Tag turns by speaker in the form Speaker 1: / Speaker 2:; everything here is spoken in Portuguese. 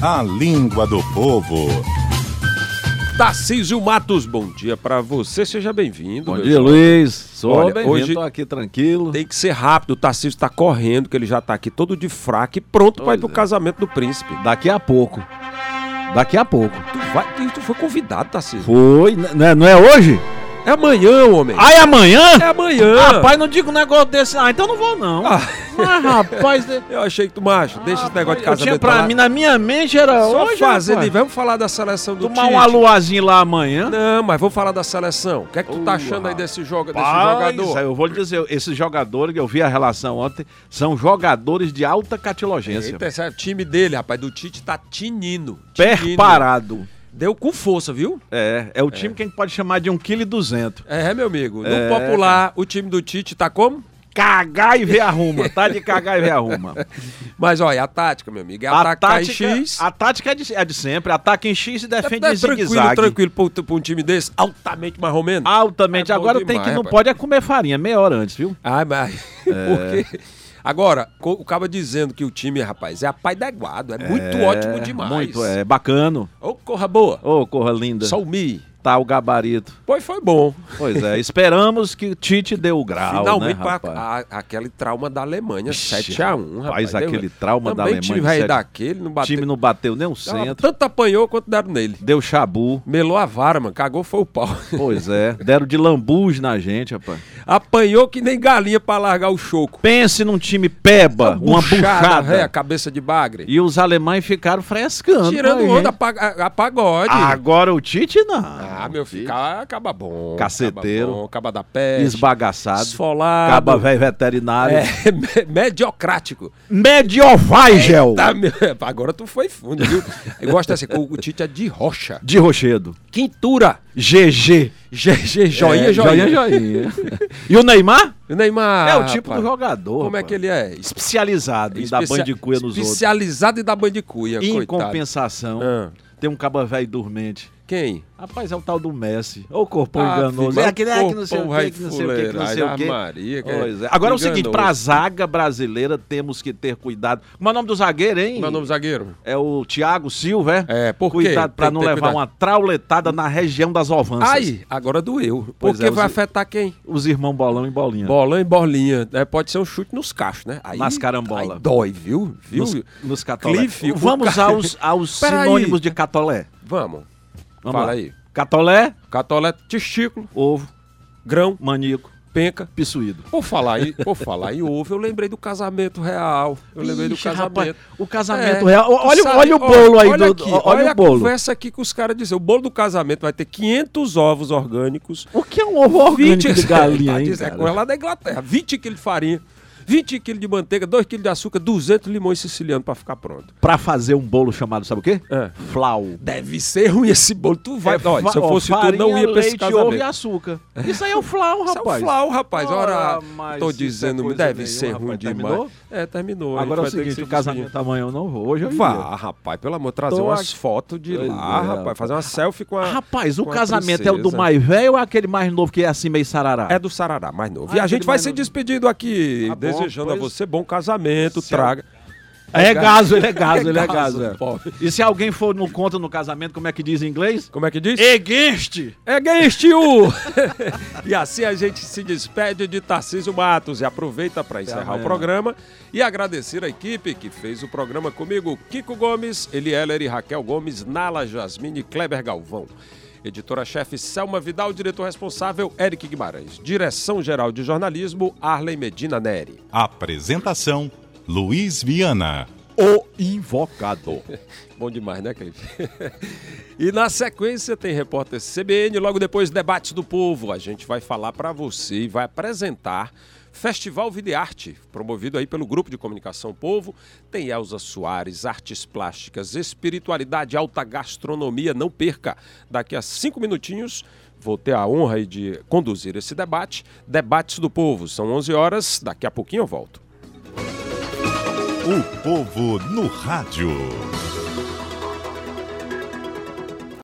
Speaker 1: A língua do povo.
Speaker 2: Tarcísio Matos, bom dia pra você, seja bem-vindo.
Speaker 3: Bom
Speaker 2: meu
Speaker 3: dia,
Speaker 2: jovem.
Speaker 3: Luiz. Sou
Speaker 2: Olha,
Speaker 3: bem-vindo,
Speaker 2: hoje-
Speaker 3: tô aqui tranquilo.
Speaker 2: Tem que ser rápido, o Tarcísio tá correndo, que ele já tá aqui todo de fraca e pronto pra ir
Speaker 3: Pois
Speaker 2: pro
Speaker 3: é.
Speaker 2: casamento do príncipe.
Speaker 3: Daqui a pouco. Daqui a pouco.
Speaker 2: Tu, vai, tu- tu foi convidado, Tarcísio.
Speaker 3: Foi, n- né, não é hoje?
Speaker 2: É amanhã, homem.
Speaker 4: Aí amanhã?
Speaker 2: É amanhã.
Speaker 4: Rapaz, não digo um negócio desse. Ah, então não vou não.
Speaker 2: Ah.
Speaker 4: Mas, rapaz, de-
Speaker 2: Eu achei que tu, macho, deixa esse negócio de
Speaker 4: Ah, eu tinha
Speaker 2: casamento
Speaker 3: tá
Speaker 4: pra
Speaker 2: lá.
Speaker 4: mim, na minha mente era
Speaker 2: Só
Speaker 4: hoje,
Speaker 2: fazer,
Speaker 4: rapaz.
Speaker 2: de- vamos falar da seleção do
Speaker 4: Tomar
Speaker 2: Tite.
Speaker 4: um aluazinho lá amanhã.
Speaker 2: Não, mas vamos falar da seleção. O que é que tu tá
Speaker 3: Uh,
Speaker 2: achando aí desse, joga, desse
Speaker 3: Rapaz,
Speaker 4: é
Speaker 2: jogador?
Speaker 3: Eu vou lhe dizer, esses jogadores que eu vi a relação ontem são jogadores de alta catilogência.
Speaker 2: Eita, esse é o time dele, rapaz, do Tite tá tinindo. tinindo.
Speaker 3: Perparado.
Speaker 2: Deu com força, viu?
Speaker 3: É, né? é o time que a gente pode chamar de 1,2 kg.
Speaker 2: É, meu amigo. No
Speaker 3: É,
Speaker 2: popular, o time do Tite tá como?
Speaker 3: Cagar e ver arruma. Tá de cagar e ver arruma.
Speaker 2: Mas olha, a tática, meu amigo, é
Speaker 3: A
Speaker 2: atacar em
Speaker 3: tática,
Speaker 2: X.
Speaker 3: a tática é, de, é de sempre. Ataca em X e defende
Speaker 2: É
Speaker 3: em
Speaker 2: tranquilo,
Speaker 3: zigue-zague.
Speaker 2: tranquilo pra um- pra um time desse, altamente marromeno.
Speaker 3: Altamente.
Speaker 2: É bom
Speaker 3: Agora tem
Speaker 2: demais,
Speaker 3: que não
Speaker 2: rapaz.
Speaker 3: pode é comer farinha meia hora antes, viu?
Speaker 2: Ah, mas. Porque. Agora, co- o cara dizendo que o time, rapaz, é apaiguado, é muito ótimo demais.
Speaker 3: Muito, é bacana.
Speaker 2: Ô, corra boa.
Speaker 3: Ô, corra linda.
Speaker 2: Salmi.
Speaker 3: Tá o gabarito.
Speaker 2: Pois foi bom.
Speaker 3: Pois é, esperamos que Tite dê o grau,
Speaker 2: Finalmente,
Speaker 3: né,
Speaker 2: pra-
Speaker 3: rapaz?
Speaker 2: a- aquele trauma da Alemanha,
Speaker 3: Ixi,
Speaker 2: 7x1, rapaz.
Speaker 3: rapaz, aquele trauma da
Speaker 2: Também time
Speaker 3: Alemanha,
Speaker 2: velho
Speaker 3: sete-
Speaker 2: daquele, não
Speaker 3: O
Speaker 2: bateu.
Speaker 3: time não bateu nem um
Speaker 2: Ela
Speaker 3: centro.
Speaker 2: Tanto apanhou quanto deram nele.
Speaker 3: Deu chabu.
Speaker 2: Melou a vara, mano. Cagou foi o pau.
Speaker 3: Pois é, deram de lambujo na gente, rapaz.
Speaker 2: Apanhou que nem galinha pra largar o choco.
Speaker 3: Pense num time peba, uma buchada.
Speaker 2: É, cabeça de bagre.
Speaker 3: E os alemães ficaram frescando.
Speaker 2: Tirando
Speaker 3: com a
Speaker 2: onda
Speaker 3: gente.
Speaker 2: pa- a, a pagode.
Speaker 3: Agora o Tite não.
Speaker 2: Ah, meu filho, ca- acaba bom.
Speaker 3: Caceteiro.
Speaker 2: Acaba, bom, acaba da peste.
Speaker 3: Esbagaçado.
Speaker 2: Esfolado.
Speaker 3: Caba velho veterinário.
Speaker 2: É, me- mediocrático.
Speaker 3: Mediovaigel.
Speaker 2: Tá, meu, agora tu foi fundo, viu? Eu gosto dessa coisa. O Tite é de rocha.
Speaker 3: De Rochedo.
Speaker 2: Quintura.
Speaker 3: GG.
Speaker 2: GG, joinha,
Speaker 3: É,
Speaker 2: joinha.
Speaker 3: joinha. e o Neymar?
Speaker 2: O Neymar.
Speaker 3: é o tipo
Speaker 2: rapaz,
Speaker 3: do jogador.
Speaker 2: Como é que ele é?
Speaker 3: Especializado em dar
Speaker 2: Especia-
Speaker 3: bandicuia nos outros.
Speaker 2: Especializado em dar bandicuia,
Speaker 3: Em
Speaker 2: coitado.
Speaker 3: compensação,
Speaker 2: Ah.
Speaker 3: tem um caba velho dormente.
Speaker 2: Quem?
Speaker 3: Rapaz, é o tal do Messi. Ô corpão
Speaker 2: Ah,
Speaker 3: enganoso.
Speaker 2: filho,
Speaker 3: É aquele é que não sei o
Speaker 2: corpão
Speaker 3: que, que não sei o que, que não sei o
Speaker 2: Ave
Speaker 3: que.
Speaker 2: Maria, que
Speaker 3: Pois é. Agora é o seguinte,
Speaker 2: enganoso.
Speaker 3: pra zaga brasileira temos que ter cuidado. Como é o nome do zagueiro, hein?
Speaker 2: Como é o nome do zagueiro?
Speaker 3: É o Thiago Silva,
Speaker 2: É, por quê?
Speaker 3: Cuidado pra
Speaker 2: Tem que
Speaker 3: não
Speaker 2: ter
Speaker 3: levar
Speaker 2: cuidado.
Speaker 3: uma trauletada na região das ovanças.
Speaker 2: Ai, agora doeu.
Speaker 3: Pois
Speaker 2: Porque
Speaker 3: é,
Speaker 2: vai
Speaker 3: os-
Speaker 2: afetar quem?
Speaker 3: Os irmãos Bolão e Bolinha.
Speaker 2: Bolão e bolinha. É, pode ser um chute nos cachos, né? Aí,
Speaker 3: Nas carambola.
Speaker 2: Aí dói, viu? Viu?
Speaker 3: Nos, nos catolé.
Speaker 2: Cliff, o
Speaker 3: Vamos
Speaker 2: ca-
Speaker 3: aos, aos
Speaker 2: Peraí.
Speaker 3: sinônimos de catolé.
Speaker 2: Vamos.
Speaker 3: Vamos
Speaker 2: Fala
Speaker 3: lá.
Speaker 2: aí.
Speaker 3: Catolé,
Speaker 2: Catolé, testículo,
Speaker 3: ovo,
Speaker 2: grão,
Speaker 3: manico,
Speaker 2: penca.
Speaker 3: pissuído.
Speaker 2: Por falar em, por falar em ovo, eu lembrei do casamento real. Eu lembrei do
Speaker 3: Ixi,
Speaker 2: casamento.
Speaker 3: rapaz, o casamento
Speaker 2: É,
Speaker 3: real. O- Olha,
Speaker 2: sabe,
Speaker 3: olha o
Speaker 2: ó,
Speaker 3: bolo aí,
Speaker 2: olha
Speaker 3: do,
Speaker 2: aqui,
Speaker 3: ó-
Speaker 2: olha,
Speaker 3: olha, o
Speaker 2: a
Speaker 3: bolo.
Speaker 2: conversa aqui que os caras dizem. O bolo do casamento vai ter 500 ovos orgânicos,
Speaker 3: O que é um ovo orgânico de galinha,
Speaker 2: Tá
Speaker 3: hein,
Speaker 2: dizendo, é
Speaker 3: cara?
Speaker 2: coisa lá da Inglaterra, 20 quilos de farinha, 20 quilos de manteiga, 2 quilos de açúcar, 200 limões sicilianos pra ficar pronto.
Speaker 3: Pra fazer um bolo chamado, sabe o quê?
Speaker 2: É.
Speaker 3: Flau.
Speaker 2: Deve ser ruim esse bolo. Tu vai,
Speaker 3: É
Speaker 2: olha,
Speaker 3: fa-
Speaker 2: se eu
Speaker 3: ó,
Speaker 2: fosse tu,
Speaker 3: farinha,
Speaker 2: não ia pra esse
Speaker 3: leite, ovo e
Speaker 2: casamento.
Speaker 3: açúcar. Isso aí é o flau,
Speaker 2: Isso é um
Speaker 3: rapaz.
Speaker 2: flau, rapaz. Ora,
Speaker 3: Ora, mas
Speaker 2: tô
Speaker 3: isso é
Speaker 2: dizendo,
Speaker 3: coisa
Speaker 2: deve
Speaker 3: nenhuma,
Speaker 2: ser ruim
Speaker 3: rapaz.
Speaker 2: demais.
Speaker 3: Terminou?
Speaker 2: É, terminou.
Speaker 3: Agora é o
Speaker 2: Vai ter que
Speaker 3: seguinte,
Speaker 2: se
Speaker 3: o casamento amanhã eu não vou. Hoje eu ia.
Speaker 2: Vá, rapaz, pelo amor, trazer
Speaker 3: Tô
Speaker 2: umas
Speaker 3: aqui.
Speaker 2: fotos de
Speaker 3: Pois
Speaker 2: lá,
Speaker 3: é,
Speaker 2: rapaz. Fazer uma selfie com a.
Speaker 3: Rapaz, o
Speaker 2: Ah, com a
Speaker 3: casamento é o do
Speaker 2: princesa.
Speaker 3: mais velho ou é aquele mais novo que é assim meio sarará?
Speaker 2: É do Sarará, mais novo.
Speaker 3: Ah,
Speaker 2: e a gente
Speaker 3: aquele
Speaker 2: vai
Speaker 3: mais
Speaker 2: se
Speaker 3: novo.
Speaker 2: despedindo aqui,
Speaker 3: Tá bom,
Speaker 2: desejando a
Speaker 3: pois-
Speaker 2: você bom casamento,
Speaker 3: Se
Speaker 2: traga.
Speaker 3: É gaso, ele é gaso, ele é gaso. é.
Speaker 2: pobre.
Speaker 3: E se alguém for no contra no casamento, como é que diz em inglês?
Speaker 2: Como é que diz?
Speaker 3: Against!
Speaker 2: É Gaystiu! e assim a gente se despede de Tarcísio Matos e aproveita para encerrar o
Speaker 3: amanhã.
Speaker 2: programa e agradecer a equipe que fez o programa comigo, Kiko Gomes, Elieler e Raquel Gomes, Nala Jasmine e Kleber Galvão. Editora-chefe Selma Vidal, diretor responsável Eric Guimarães. Direção-geral de jornalismo Arlen Medina Neri.
Speaker 1: Apresentação: Luiz Viana.
Speaker 3: O invocador.
Speaker 2: Bom demais, né, Cleiton? e na sequência tem repórter CBN, logo depois Debates do Povo. A gente vai falar para você e vai apresentar Festival Videarte, promovido aí pelo Grupo de Comunicação Povo. Tem Elza Soares, artes plásticas, espiritualidade, alta gastronomia. Não perca! Daqui a cinco minutinhos Vou ter a honra aí de conduzir esse debate. Debates do Povo. São 11 horas. Daqui a pouquinho eu volto.
Speaker 1: O povo no rádio.